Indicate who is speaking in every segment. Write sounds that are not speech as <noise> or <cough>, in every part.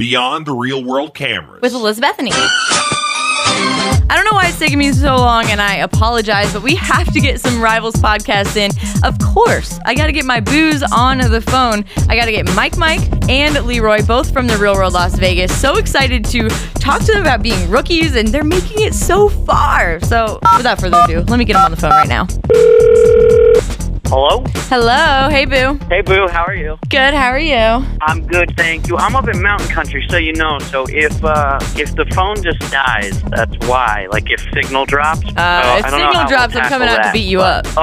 Speaker 1: Beyond the Real World Cameras.
Speaker 2: with Elizabethany. I don't know why it's taking me so long, and I apologize, but we have to get some Rivals podcasts in. Of course, I got to get my booze on the phone. I got to get Mike Mike and Leroy, both from the real world Las Vegas. So excited to talk to them about being rookies, and they're making it so far. So, without further ado, let me get them on the phone right now.
Speaker 3: Hello?
Speaker 2: Hello. Hey, Boo.
Speaker 3: Hey, Boo, how are you?
Speaker 2: Good. How are you? Uh,
Speaker 3: I'm good, thank you. I'm up in mountain country, so you know. So if uh, if the phone just dies, that's why. Like if signal drops. so
Speaker 2: Uh,
Speaker 3: Oh, I
Speaker 2: if
Speaker 3: don't know
Speaker 2: signal
Speaker 3: how
Speaker 2: drops,
Speaker 3: we'll
Speaker 2: I'm coming out
Speaker 3: tackle
Speaker 2: to beat you up.
Speaker 3: that.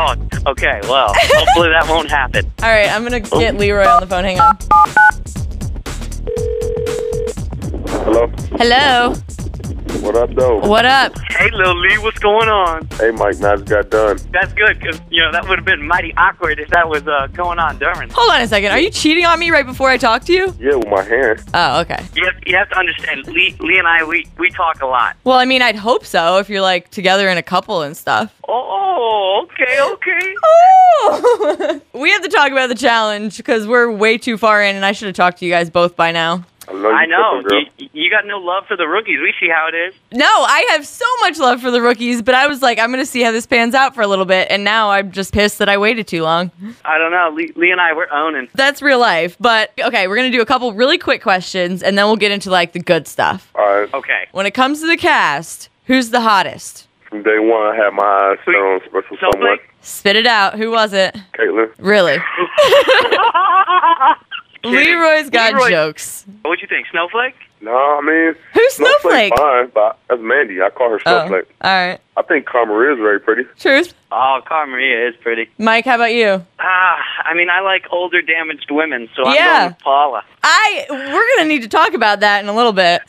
Speaker 3: Oh, okay. Well, hopefully that won't happen.
Speaker 2: All right, I'm going to get Leroy on the phone. Hang on.
Speaker 4: Hello.
Speaker 2: Hello.
Speaker 4: What up, though?
Speaker 2: What up?
Speaker 3: Hey, Lil Lee, what's going on?
Speaker 4: Hey, Mike, now I just got done.
Speaker 3: That's good, because, you know, that would have been mighty awkward if that was uh, going on during.
Speaker 2: Hold on a second. Are you cheating on me right before I talk to you?
Speaker 4: Yeah, with my hand.
Speaker 2: Oh, okay.
Speaker 3: You have, you have to understand, Lee, Lee and I, we, we talk a lot.
Speaker 2: Well, I mean, I'd hope so if you're like together in a couple and stuff.
Speaker 3: Oh, okay, okay.
Speaker 2: Oh! <laughs> we have to talk about the challenge because we're way too far in, and I should have talked to you guys both by now.
Speaker 4: I know you
Speaker 3: I know.
Speaker 4: cooking, girl.
Speaker 3: You, you got no love for the rookies. We see how it is.
Speaker 2: No, I have so much love for the rookies, but I was like, I'm going to see how this pans out for a little bit, and now I'm just pissed that I waited too long.
Speaker 3: I don't know. Lee, Lee and I, we're owning.
Speaker 2: That's real life. But okay, we're going to do a couple really quick questions, and then we'll get into like the good stuff.
Speaker 4: All right.
Speaker 3: Okay.
Speaker 2: When it comes to the cast, who's the hottest?
Speaker 4: From day one, I had my eyes set on special
Speaker 3: So,
Speaker 4: someone.
Speaker 3: Blake-
Speaker 2: Spit it out. Who was it?
Speaker 4: Caitlin.
Speaker 2: Really? <laughs> Leroy's got
Speaker 3: Leroy-
Speaker 2: jokes.
Speaker 3: What'd you think, Snowflake?
Speaker 4: No, I mean.
Speaker 2: Who's Snowflake?
Speaker 4: Fine, but that's Mandy. I call her
Speaker 2: Oh, all
Speaker 4: Snowflake.
Speaker 2: right.
Speaker 4: I think Karma is very pretty.
Speaker 2: Truth.
Speaker 3: Oh, Carmen Maria is pretty.
Speaker 2: Mike, how about you?
Speaker 3: Ah, I mean, I like older, damaged women, so
Speaker 2: Yeah.
Speaker 3: I'm going with Paula.
Speaker 2: I we're gonna need to talk about that in a little bit.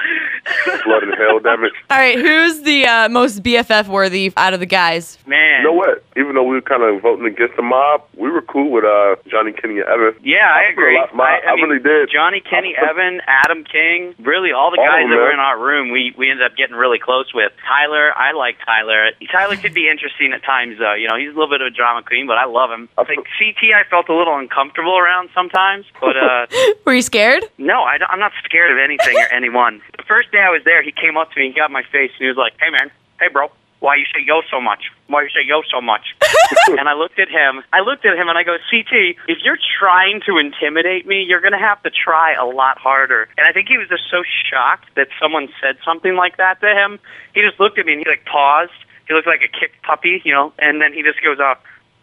Speaker 4: Blood and hell damage.
Speaker 2: All right, who's the uh, most BFF worthy out of the guys?
Speaker 3: Man.
Speaker 4: You know what? Even though we were kind of voting against the mob, we were cool with uh, Johnny Kenny and Evan.
Speaker 3: Yeah, I,
Speaker 4: I feel
Speaker 3: agree.
Speaker 4: like my- I
Speaker 3: mean,
Speaker 4: really did.
Speaker 3: Johnny, Kenny,
Speaker 4: I-
Speaker 3: Evan, Adam King, really all the
Speaker 4: All of
Speaker 3: guys
Speaker 4: them,
Speaker 3: that were
Speaker 4: man.
Speaker 3: in our room, we, we ended up getting really close with. Tyler, I like Tyler. Tyler could be interesting at times, though. You know, he's a little bit of a drama queen, but I love him.
Speaker 4: I
Speaker 3: I
Speaker 4: feel-
Speaker 3: think CT, I felt a little uncomfortable around sometimes, but
Speaker 4: <laughs>
Speaker 3: uh,
Speaker 2: Were you scared?
Speaker 3: No, I, am not scared of anything or anyone. The first day I was there, he came up to me, he got in my face, and he was like, "Hey, man, hey, bro, why you say yo so much? Why you say yo so much?" and I looked at him. I looked at him, and I go, "CT, if you're trying to intimidate me, you're gonna have to try a lot harder." And I think he was just so shocked that someone said something like that to him. He just looked at me, and he like paused. He looked like a kicked puppy, you know. And then he just goes, "Uh,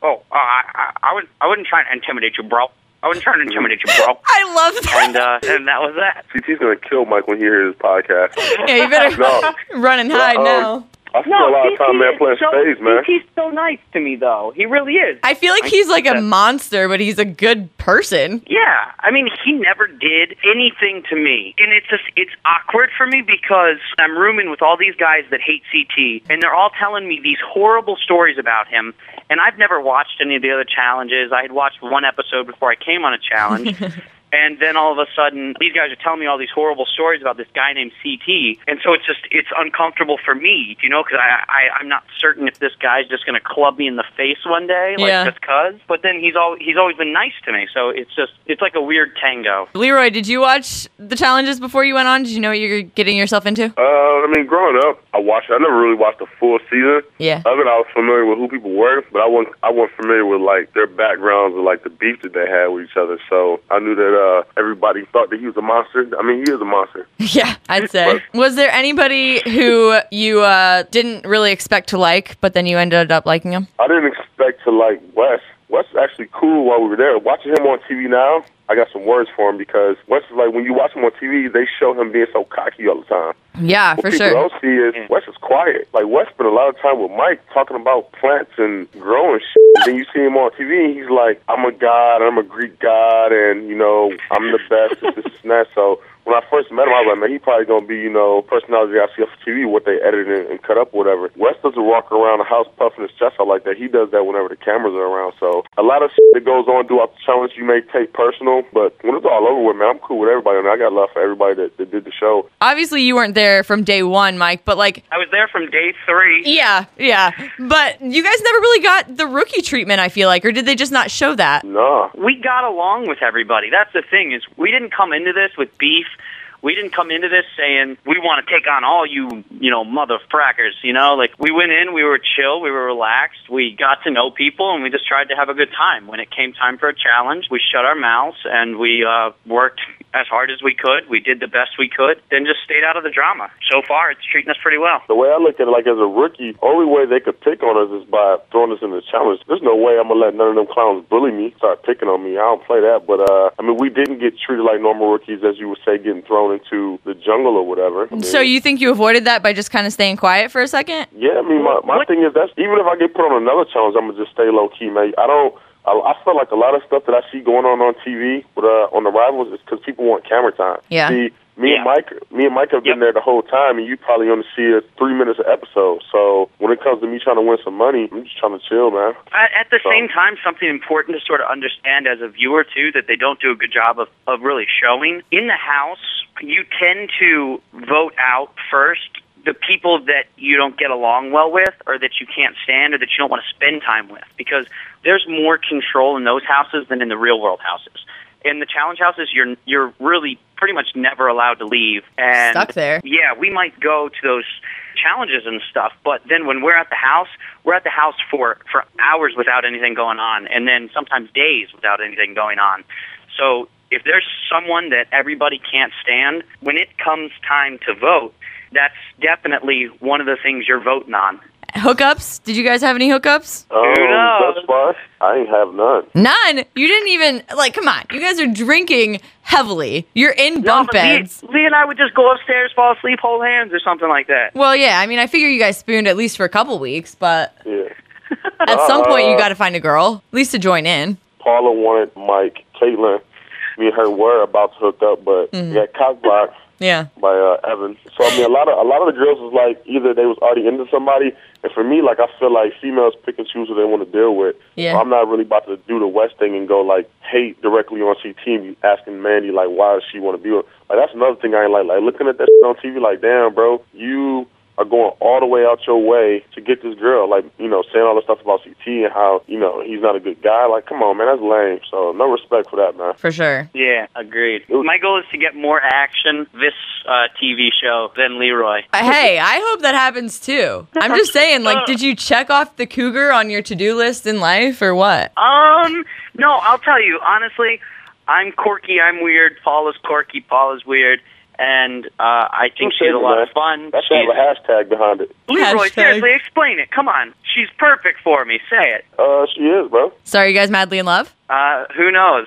Speaker 3: oh, uh, I, I, I would, I wouldn't try to intimidate you, bro. I wouldn't try to intimidate you, bro."
Speaker 2: I love that.
Speaker 3: and uh, <laughs> and that was that.
Speaker 4: CT's going to kill Mike when he hears his podcast.
Speaker 2: <laughs> Yeah, you better
Speaker 4: No.
Speaker 2: <laughs> run and hide
Speaker 4: Um,
Speaker 2: now.
Speaker 4: I spent a lot of time, man, playing spades, man.
Speaker 3: He's so nice to me, though. He really is.
Speaker 2: I feel like he's like a
Speaker 3: that-
Speaker 2: monster, but he's a good person.
Speaker 3: yeah, I mean, he never did anything to me, and it's just it's awkward for me because I'm rooming with all these guys that hate CT, and they're all telling me these horrible stories about him. And I've never watched any of the other challenges. I had watched one episode before I came on a challenge. And then all of a sudden, these guys are telling me all these horrible stories about this guy named CT, and so it's just it's uncomfortable for me, you know, because I, I I'm not certain if this guy's just going to club me in the face one day, like
Speaker 2: Yeah.
Speaker 3: just cause. But then he's all he's always been nice to me, so it's just it's like a weird tango.
Speaker 2: Leroy, did you watch the challenges before you went on? Did you know what you're getting yourself into? <laughs>
Speaker 4: Uh, I mean, growing up, I watched. I never really watched the full season
Speaker 2: Yeah.
Speaker 4: of it. I was familiar with who people were, but I wasn't. I wasn't familiar with like their backgrounds or like the beef that they had with each other. So I knew that uh, everybody thought that he was a monster. I mean, he is a monster.
Speaker 2: Yeah, I'd say. Was there anybody who you uh, didn't really expect to like, but then you ended up liking him?
Speaker 4: I didn't expect to like Wes. Wes is actually cool while we were there. Watching him on TV now, I got some words for him because Wes is like when you watch him on TV, they show him being so cocky all the time.
Speaker 2: Yeah, for
Speaker 4: what people
Speaker 2: sure.
Speaker 4: don't see is Wes is quiet. Like Wes spent a lot of time with Mike talking about plants and growing shit. And then you see him on TV, and he's like, "I'm a god, I'm a Greek god, and you know, I'm the best." this, this, and that. So when I first met him, I was like, "Man, he probably gonna be you know personality I see off TV, what they edited and, and cut up, whatever." Wes doesn't walk around the house puffing his chest out like that. He does that whenever the cameras are around. So a lot of shit that goes on throughout the challenge you may take personal, but when it's all over with, man, I'm cool with everybody, and I got love for everybody that, that did the show.
Speaker 2: Obviously, you weren't there from day one, Mike, but like,
Speaker 3: I was there from day three.
Speaker 2: yeah, yeah. But you guys never really got the rookie treatment, I feel like, or did they just not show that?
Speaker 4: Nah.
Speaker 3: We got along with everybody. That's the thing is we didn't come into this with beef we didn't come into this saying we want to take on all you, you know, mother frackers, you know? Like we went in, we were chill, we were relaxed, we got to know people and we just tried to have a good time. When it came time for a challenge, we shut our mouths and we uh worked as hard as we could. We did the best we could, then just stayed out of the drama. So far, it's treating us pretty well.
Speaker 4: The way I look at it, like as a rookie, only way they could pick on us is by throwing us in the challenge. There's no way I'm gonna let none of them clowns bully me, start picking on me. I don't play that, but uh, I mean, we didn't get treated like normal rookies, as you would say, getting thrown into the jungle or whatever. I mean,
Speaker 2: So you think you avoided that by just kind of staying quiet for a second?
Speaker 4: Yeah, I mean, my, my thing is that's even if I get put on another challenge, I'm gonna just stay low key, man. I don't. I, I feel like a lot of stuff that I see going on on TV with, uh, on the rivals is because people want camera time.
Speaker 2: Yeah.
Speaker 4: See, me
Speaker 3: Yeah.
Speaker 4: and Mike, me and Mike have
Speaker 3: Yep.
Speaker 4: been there the whole time, and you probably only see us three minutes an episode. So when it comes to me trying to win some money, I'm just trying to chill, man.
Speaker 3: At, at the
Speaker 4: So-
Speaker 3: same time, something important to sort of understand as a viewer too that they don't do a good job of, of really showing in the house. You tend to vote out first the people that you don't get along well with, or that you can't stand, or that you don't want to spend time with, because there's more control in those houses than in the real world houses. In the challenge houses, you're you're really pretty much never allowed to leave, and
Speaker 2: Stuck there.
Speaker 3: yeah, we might go to those challenges and stuff, but then when we're at the house, we're at the house for for hours without anything going on, and then sometimes days without anything going on. So if there's someone that everybody can't stand, when it comes time to vote, that's definitely one of the things you're voting on.
Speaker 2: Hookups? Did you guys have any hookups?
Speaker 4: Um,
Speaker 3: knows?
Speaker 4: thus far, I ain't have none.
Speaker 2: None. You didn't even like. Come on, you guys are drinking heavily. You're in bunk
Speaker 3: Lee,
Speaker 2: beds.
Speaker 3: Lee and I would just go upstairs, fall asleep, hold hands, or something like that.
Speaker 2: Well, yeah. I mean, I figure you guys spooned at least for a couple weeks, but
Speaker 4: Yeah.
Speaker 2: at some point you got to find a girl, at least to join in.
Speaker 4: Paula wanted Mike, Caitlin. Me and her were about to hook up, but we got cock blocked
Speaker 2: Yeah.
Speaker 4: by uh, Evan. So I mean, a lot of a lot of the girls was like either they was already into somebody, and for me, like I feel like females pick and choose who they want to deal with.
Speaker 2: Yeah.
Speaker 4: So I'm not really about to do the West thing and go like hate directly on she team. You asking Mandy like why does she want to be with? Like that's another thing I ain't like. Like looking at that shit on TV, like damn, bro, you. Are going all the way out your way to get this girl, like you know, saying all this stuff about CT and how you know he's not a good guy. Like, come on, man, that's lame. So, no respect for that, man.
Speaker 2: For sure.
Speaker 3: Yeah, agreed. My goal is to get more action this uh, TV show than Leroy.
Speaker 2: Uh, Hey, I hope that happens too. I'm just saying, like, did you check off the cougar on your to do list in life or what?
Speaker 3: Um, no, I'll tell you honestly. I'm quirky. I'm weird. Paul is quirky. Paul is weird, and uh, I think she's a lot of fun.
Speaker 4: That should
Speaker 3: She's,
Speaker 4: have a hashtag behind it.
Speaker 3: Leroy,
Speaker 2: Hashtag.
Speaker 3: seriously, explain it. Come on, she's perfect for me. Say it.
Speaker 4: Uh, she is, bro.
Speaker 2: Sorry, you guys madly in love?
Speaker 3: Uh, who knows?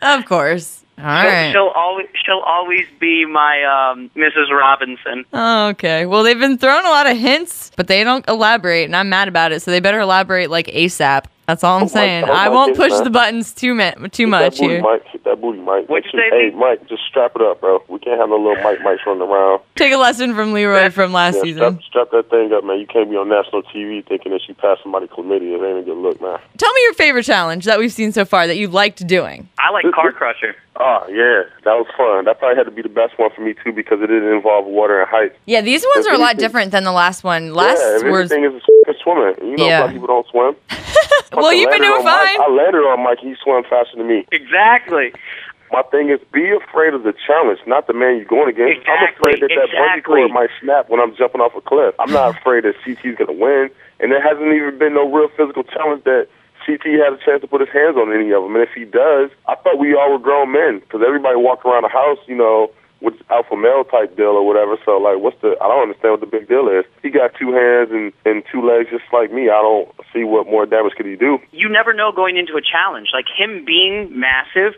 Speaker 2: Of course. <laughs> All right.
Speaker 3: She'll always she'll always be my um, Mrs. Robinson.
Speaker 2: Okay. Well, they've been throwing a lot of hints, but they don't elaborate, and I'm mad about it. So they better elaborate like ASAP. That's all I'm
Speaker 4: Oh my
Speaker 2: saying.
Speaker 4: God,
Speaker 2: I
Speaker 4: my
Speaker 2: won't
Speaker 4: goodness,
Speaker 2: push
Speaker 4: man.
Speaker 2: the buttons too ma- too
Speaker 4: Hit
Speaker 2: much
Speaker 4: that booty,
Speaker 2: here.
Speaker 4: Mike. Hit that booty, Mike.
Speaker 3: What'd you
Speaker 4: Hey,
Speaker 3: say,
Speaker 4: Hey,
Speaker 3: Lee?
Speaker 4: Mike, just strap it up, bro. We can't have no little Mike Mike's running around.
Speaker 2: Take a lesson from Leroy from last
Speaker 4: Yeah, strap,
Speaker 2: season.
Speaker 4: strap that thing up, man. You can't be on national TV thinking that you passed somebody chlamydia. It ain't a good look, man.
Speaker 2: Tell me your favorite challenge that we've seen so far that you liked doing.
Speaker 3: I like Car Crusher.
Speaker 4: Oh, yeah. That was fun. That probably had to be the best one for me, too, because it didn't involve water and height.
Speaker 2: Yeah, these ones
Speaker 4: If
Speaker 2: are a lot
Speaker 4: anything-
Speaker 2: different than the last one. Last
Speaker 4: yeah, if
Speaker 2: was
Speaker 4: anything is it's swimming. You know,
Speaker 2: Yeah.
Speaker 4: black people don't swim.
Speaker 2: <laughs> well,
Speaker 4: Fucking
Speaker 2: you've been
Speaker 4: landed
Speaker 2: doing
Speaker 4: on Mike.
Speaker 2: fine.
Speaker 4: I landed on Mike. He swam faster than me.
Speaker 3: Exactly.
Speaker 4: My thing is, be afraid of the challenge, not the man you're going against. I'm
Speaker 3: Exactly,
Speaker 4: afraid that that bungee
Speaker 3: exactly.
Speaker 4: cord might snap when I'm jumping off a cliff. I'm not afraid that CT's going to win, and there hasn't even been no real physical challenge that CT had a chance to put his hands on any of them. And if he does, I thought we all were grown men because everybody walked around the house, you know, with this alpha male type deal or whatever. So like, what's the? I don't understand what the big deal is. He got two hands and and two legs just like me. I don't see what more damage could he do.
Speaker 3: you never know going into a challenge. Like him being massive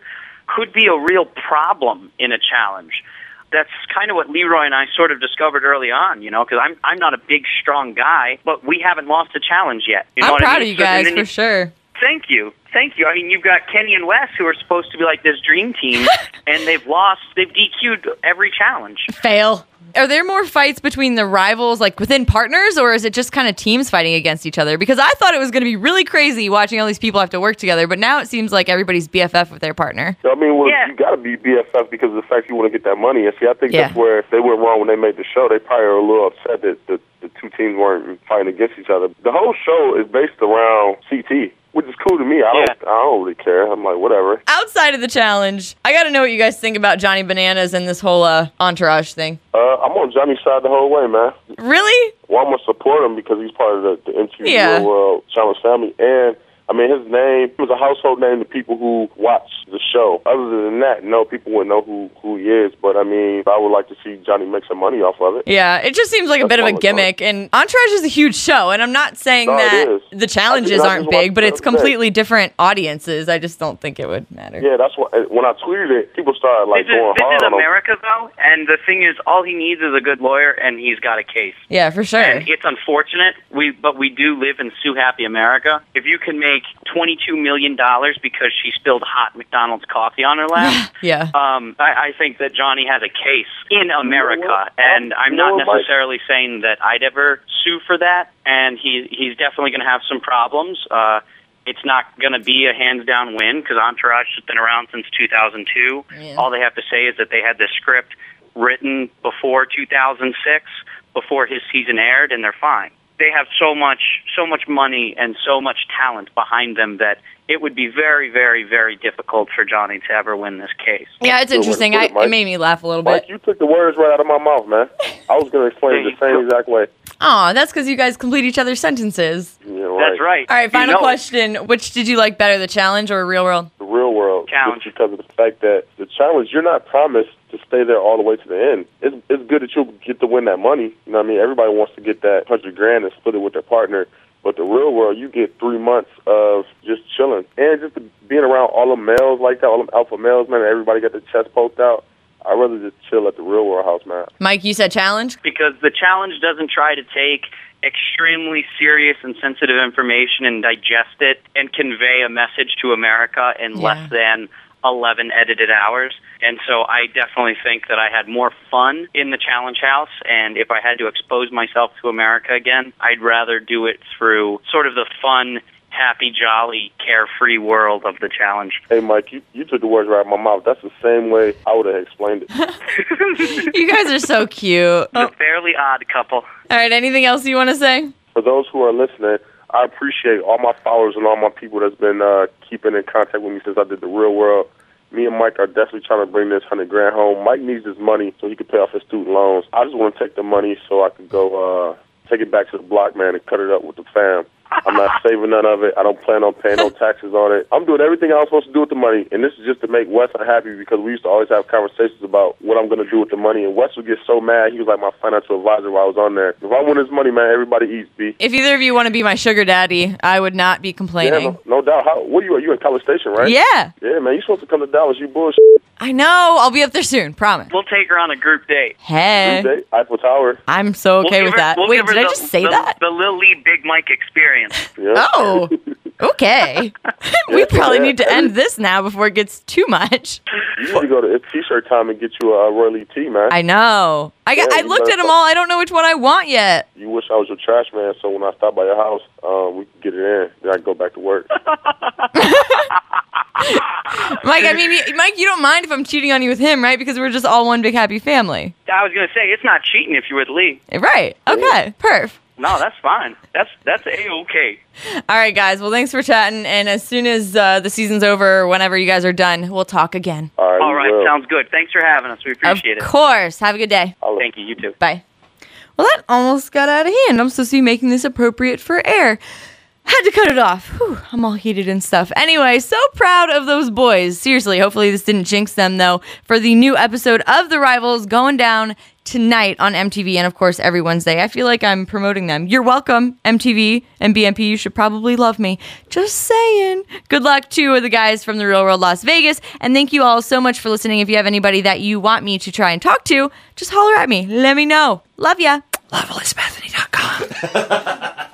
Speaker 3: could be a real problem in a challenge. That's kind of what Leroy and I sort of discovered early on, you know, because I'm I'm not a big, strong guy, but we haven't lost a challenge yet. You know
Speaker 2: I'm
Speaker 3: what I
Speaker 2: proud
Speaker 3: mean?
Speaker 2: of you
Speaker 3: So-
Speaker 2: guys
Speaker 3: and then
Speaker 2: for sure.
Speaker 3: Thank you, thank you. I mean, you've got Kenny and Wes who are supposed to be like this dream
Speaker 2: <laughs>
Speaker 3: team, and they've lost. They've DQ'd every challenge.
Speaker 2: Fail. Are there more fights between the rivals, like within partners, or is it just kind of teams fighting against each other? Because I thought it was going to be really crazy watching all these people have to work together, but now it seems like everybody's BFF with their partner.
Speaker 4: I mean, well,
Speaker 3: Yeah.
Speaker 4: you got to be BFF because of the fact you want to get that money. And see, I think
Speaker 2: Yeah.
Speaker 4: that's where they went wrong when they made the show. They probably are a little upset that the, the two teams weren't fighting against each other. The whole show is based around CT. which is cool to me. I don't, I don't really care. I'm like, whatever.
Speaker 2: Outside of the challenge, I got to know what you guys think about Johnny Bananas and this whole uh, entourage thing.
Speaker 4: Uh, I'm on Johnny's side the whole way, man.
Speaker 2: Really?
Speaker 4: Well, I'm gonna support him because he's part of the, the MTV
Speaker 2: Yeah.
Speaker 4: Real World uh, Challenge family, and I mean his name was a household name to people who watch the show. Other than that, no, people wouldn't know who who he is. But I mean, I would like to see Johnny make some money off of it.
Speaker 2: Yeah, it just seems like a
Speaker 4: That's
Speaker 2: bit of a
Speaker 4: all it's on.
Speaker 2: gimmick. And Entourage is a huge show, and I'm not saying
Speaker 4: No, it
Speaker 2: that
Speaker 4: is.
Speaker 2: the
Speaker 4: I
Speaker 2: challenges
Speaker 4: just
Speaker 2: aren't
Speaker 4: watched
Speaker 2: big, but
Speaker 4: the
Speaker 2: it's
Speaker 4: other day.
Speaker 2: completely different audiences. I just don't think it would matter.
Speaker 4: Yeah, that's what. When I tweeted it, people started like
Speaker 3: This is,
Speaker 4: going
Speaker 3: this
Speaker 4: hard
Speaker 3: is
Speaker 4: on him.
Speaker 3: America, though, and the thing is, all he needs is a good lawyer, and he's got a case.
Speaker 2: Yeah, for sure.
Speaker 3: And it's unfortunate, we but we do live in Sue Happy America. If you can make twenty two million dollars because she spilled hot McDonald's coffee on her lap,
Speaker 2: Yeah.
Speaker 3: um, I, I think that Johnny has a case in America,
Speaker 4: what?
Speaker 3: and I'm
Speaker 4: You know
Speaker 3: not
Speaker 4: what, Mike?
Speaker 3: necessarily saying that I'd ever sue for that. And he he's definitely going to have some problems. Uh, it's not going to be a hands down win because Entourage has been around since 2002.
Speaker 2: Yeah.
Speaker 3: All they have to say is that they had this script written before 2006, before his season aired, and they're fine. They have so much, so much money and so much talent behind them that it would be very, very, very difficult for Johnny to ever win this case.
Speaker 2: yeah, it's
Speaker 4: Good way to
Speaker 2: interesting.
Speaker 4: put
Speaker 2: I,
Speaker 4: it, Mike.
Speaker 2: it made me laugh a little
Speaker 4: Mike,
Speaker 2: bit.
Speaker 4: you took the words right out of my mouth, man. I was gonna explain it the same exact way.
Speaker 2: Aw, that's because you guys complete each other's sentences.
Speaker 4: Yeah, right.
Speaker 3: That's right.
Speaker 2: All right,
Speaker 3: You
Speaker 2: final
Speaker 3: know it.
Speaker 2: question. Which did you like better, the challenge or real world?
Speaker 4: the real world
Speaker 3: Challenge.
Speaker 4: just because of the fact that the challenge you're not promised to stay there all the way to the end. It's it's good that you'll get to win that money. You know what I mean? Everybody wants to get that hundred grand and split it with their partner. But the real world, you get three months of just chilling and just being around all the males like that, all them alpha males, man. and Everybody got their chest poked out. I'd rather just chill at the real world house, man.
Speaker 2: Mike, you said challenge?
Speaker 3: because the challenge doesn't try to take extremely serious and sensitive information and digest it and convey a message to America in
Speaker 2: Yeah.
Speaker 3: less than 11 edited hours. And so I definitely think that I had more fun in the challenge house. And if I had to expose myself to America again, I'd rather do it through sort of the fun, happy, jolly, carefree world of the challenge.
Speaker 4: Hey, Mike, you, you took the words right out of my mouth. That's the same way I would have explained it.
Speaker 2: you guys are so
Speaker 3: <laughs>
Speaker 2: cute.
Speaker 3: The fairly odd couple.
Speaker 2: All right, anything else you want to say?
Speaker 4: for those who are listening, I appreciate all my followers and all my people that's been uh, keeping in contact with me since I did the real world. Me and Mike are definitely trying to bring this hundred grand home. Mike needs his money so he can pay off his student loans. I just want to take the money so I can go uh, take it back to the block, man, and cut it up with the fam. I'm not saving none of it. I don't plan on
Speaker 2: <laughs>
Speaker 4: paying no taxes on it. I'm doing everything I was supposed to do with the money, and this is just to make Wes unhappy because we used to always have conversations about what I'm going to do with the money. And Wes would get so mad. He was like my financial advisor while I was on there. If I want his money, man, everybody eats, B.
Speaker 2: If either of you want to be my sugar daddy, I would not be
Speaker 4: Yeah,
Speaker 2: complaining.
Speaker 4: no, no doubt. How, what are you? Are you in College Station, right?
Speaker 2: Yeah,
Speaker 4: Yeah, man, you supposed to come to Dallas. You bullshit.
Speaker 2: I know. I'll be up there soon, promise.
Speaker 3: We'll take her on a group date.
Speaker 2: Hey,
Speaker 4: Tuesday, Eiffel Tower.
Speaker 2: I'm so
Speaker 3: We'll
Speaker 2: okay
Speaker 3: give
Speaker 2: with
Speaker 3: her-
Speaker 2: that.
Speaker 3: we'll
Speaker 2: Wait,
Speaker 3: give her
Speaker 2: did I
Speaker 3: the-
Speaker 2: just say
Speaker 3: the-
Speaker 2: that?
Speaker 3: <laughs> The Lil Lee Big Mike experience.
Speaker 4: Yeah.
Speaker 2: Oh, okay. <laughs> we
Speaker 4: Yeah,
Speaker 2: probably
Speaker 4: yeah.
Speaker 2: need to end this now before it gets too much.
Speaker 4: You need to go to it's T-shirt time and get you a uh, Royal Lee tee, man.
Speaker 2: I know. I, got,
Speaker 4: Yeah,
Speaker 2: I
Speaker 4: you
Speaker 2: looked
Speaker 4: better
Speaker 2: at them
Speaker 4: fuck-
Speaker 2: all. I don't know which one I want yet.
Speaker 4: you wish I was your trash man, so when I stop by your house, um, we can get it in. Then I can go back
Speaker 2: <laughs>
Speaker 4: to work.
Speaker 2: Mike, I mean, you- Mike, you don't mind if I'm cheating on you with him, right? Because we're just all one big happy family.
Speaker 3: <laughs>
Speaker 2: Eh,
Speaker 3: I was gonna say it's not cheating if you're with Lee.
Speaker 2: Right. Okay. Perf.
Speaker 3: No, that's fine. That's that's a okay.
Speaker 2: All right, guys. Well, thanks for chatting. And as soon as uh, the season's over, whenever you guys are done, we'll talk again.
Speaker 4: All right.
Speaker 3: All
Speaker 4: you
Speaker 3: right,
Speaker 4: will.
Speaker 3: sounds good. Thanks for having us. We appreciate
Speaker 2: of
Speaker 3: it.
Speaker 2: course. Have a good day.
Speaker 4: I'll-
Speaker 3: Thank you. You too.
Speaker 2: Bye. Well, that almost got out of hand. I'm supposed to be making this appropriate for air. Had to cut it off. Whew, I'm all heated and stuff. Anyway, so proud of those boys. Seriously, hopefully this didn't jinx them though for the new episode of The Rivals going down tonight on MTV and of course every Wednesday. I feel like I'm promoting them. You're welcome, MTV and BMP. You should probably love me. Just saying. Good luck to the guys from The Real World Las Vegas. And thank you all so much for listening. If you have anybody that you want me to try and talk to, just holler at me. Let me know. Love ya. Loveelizabethany.com.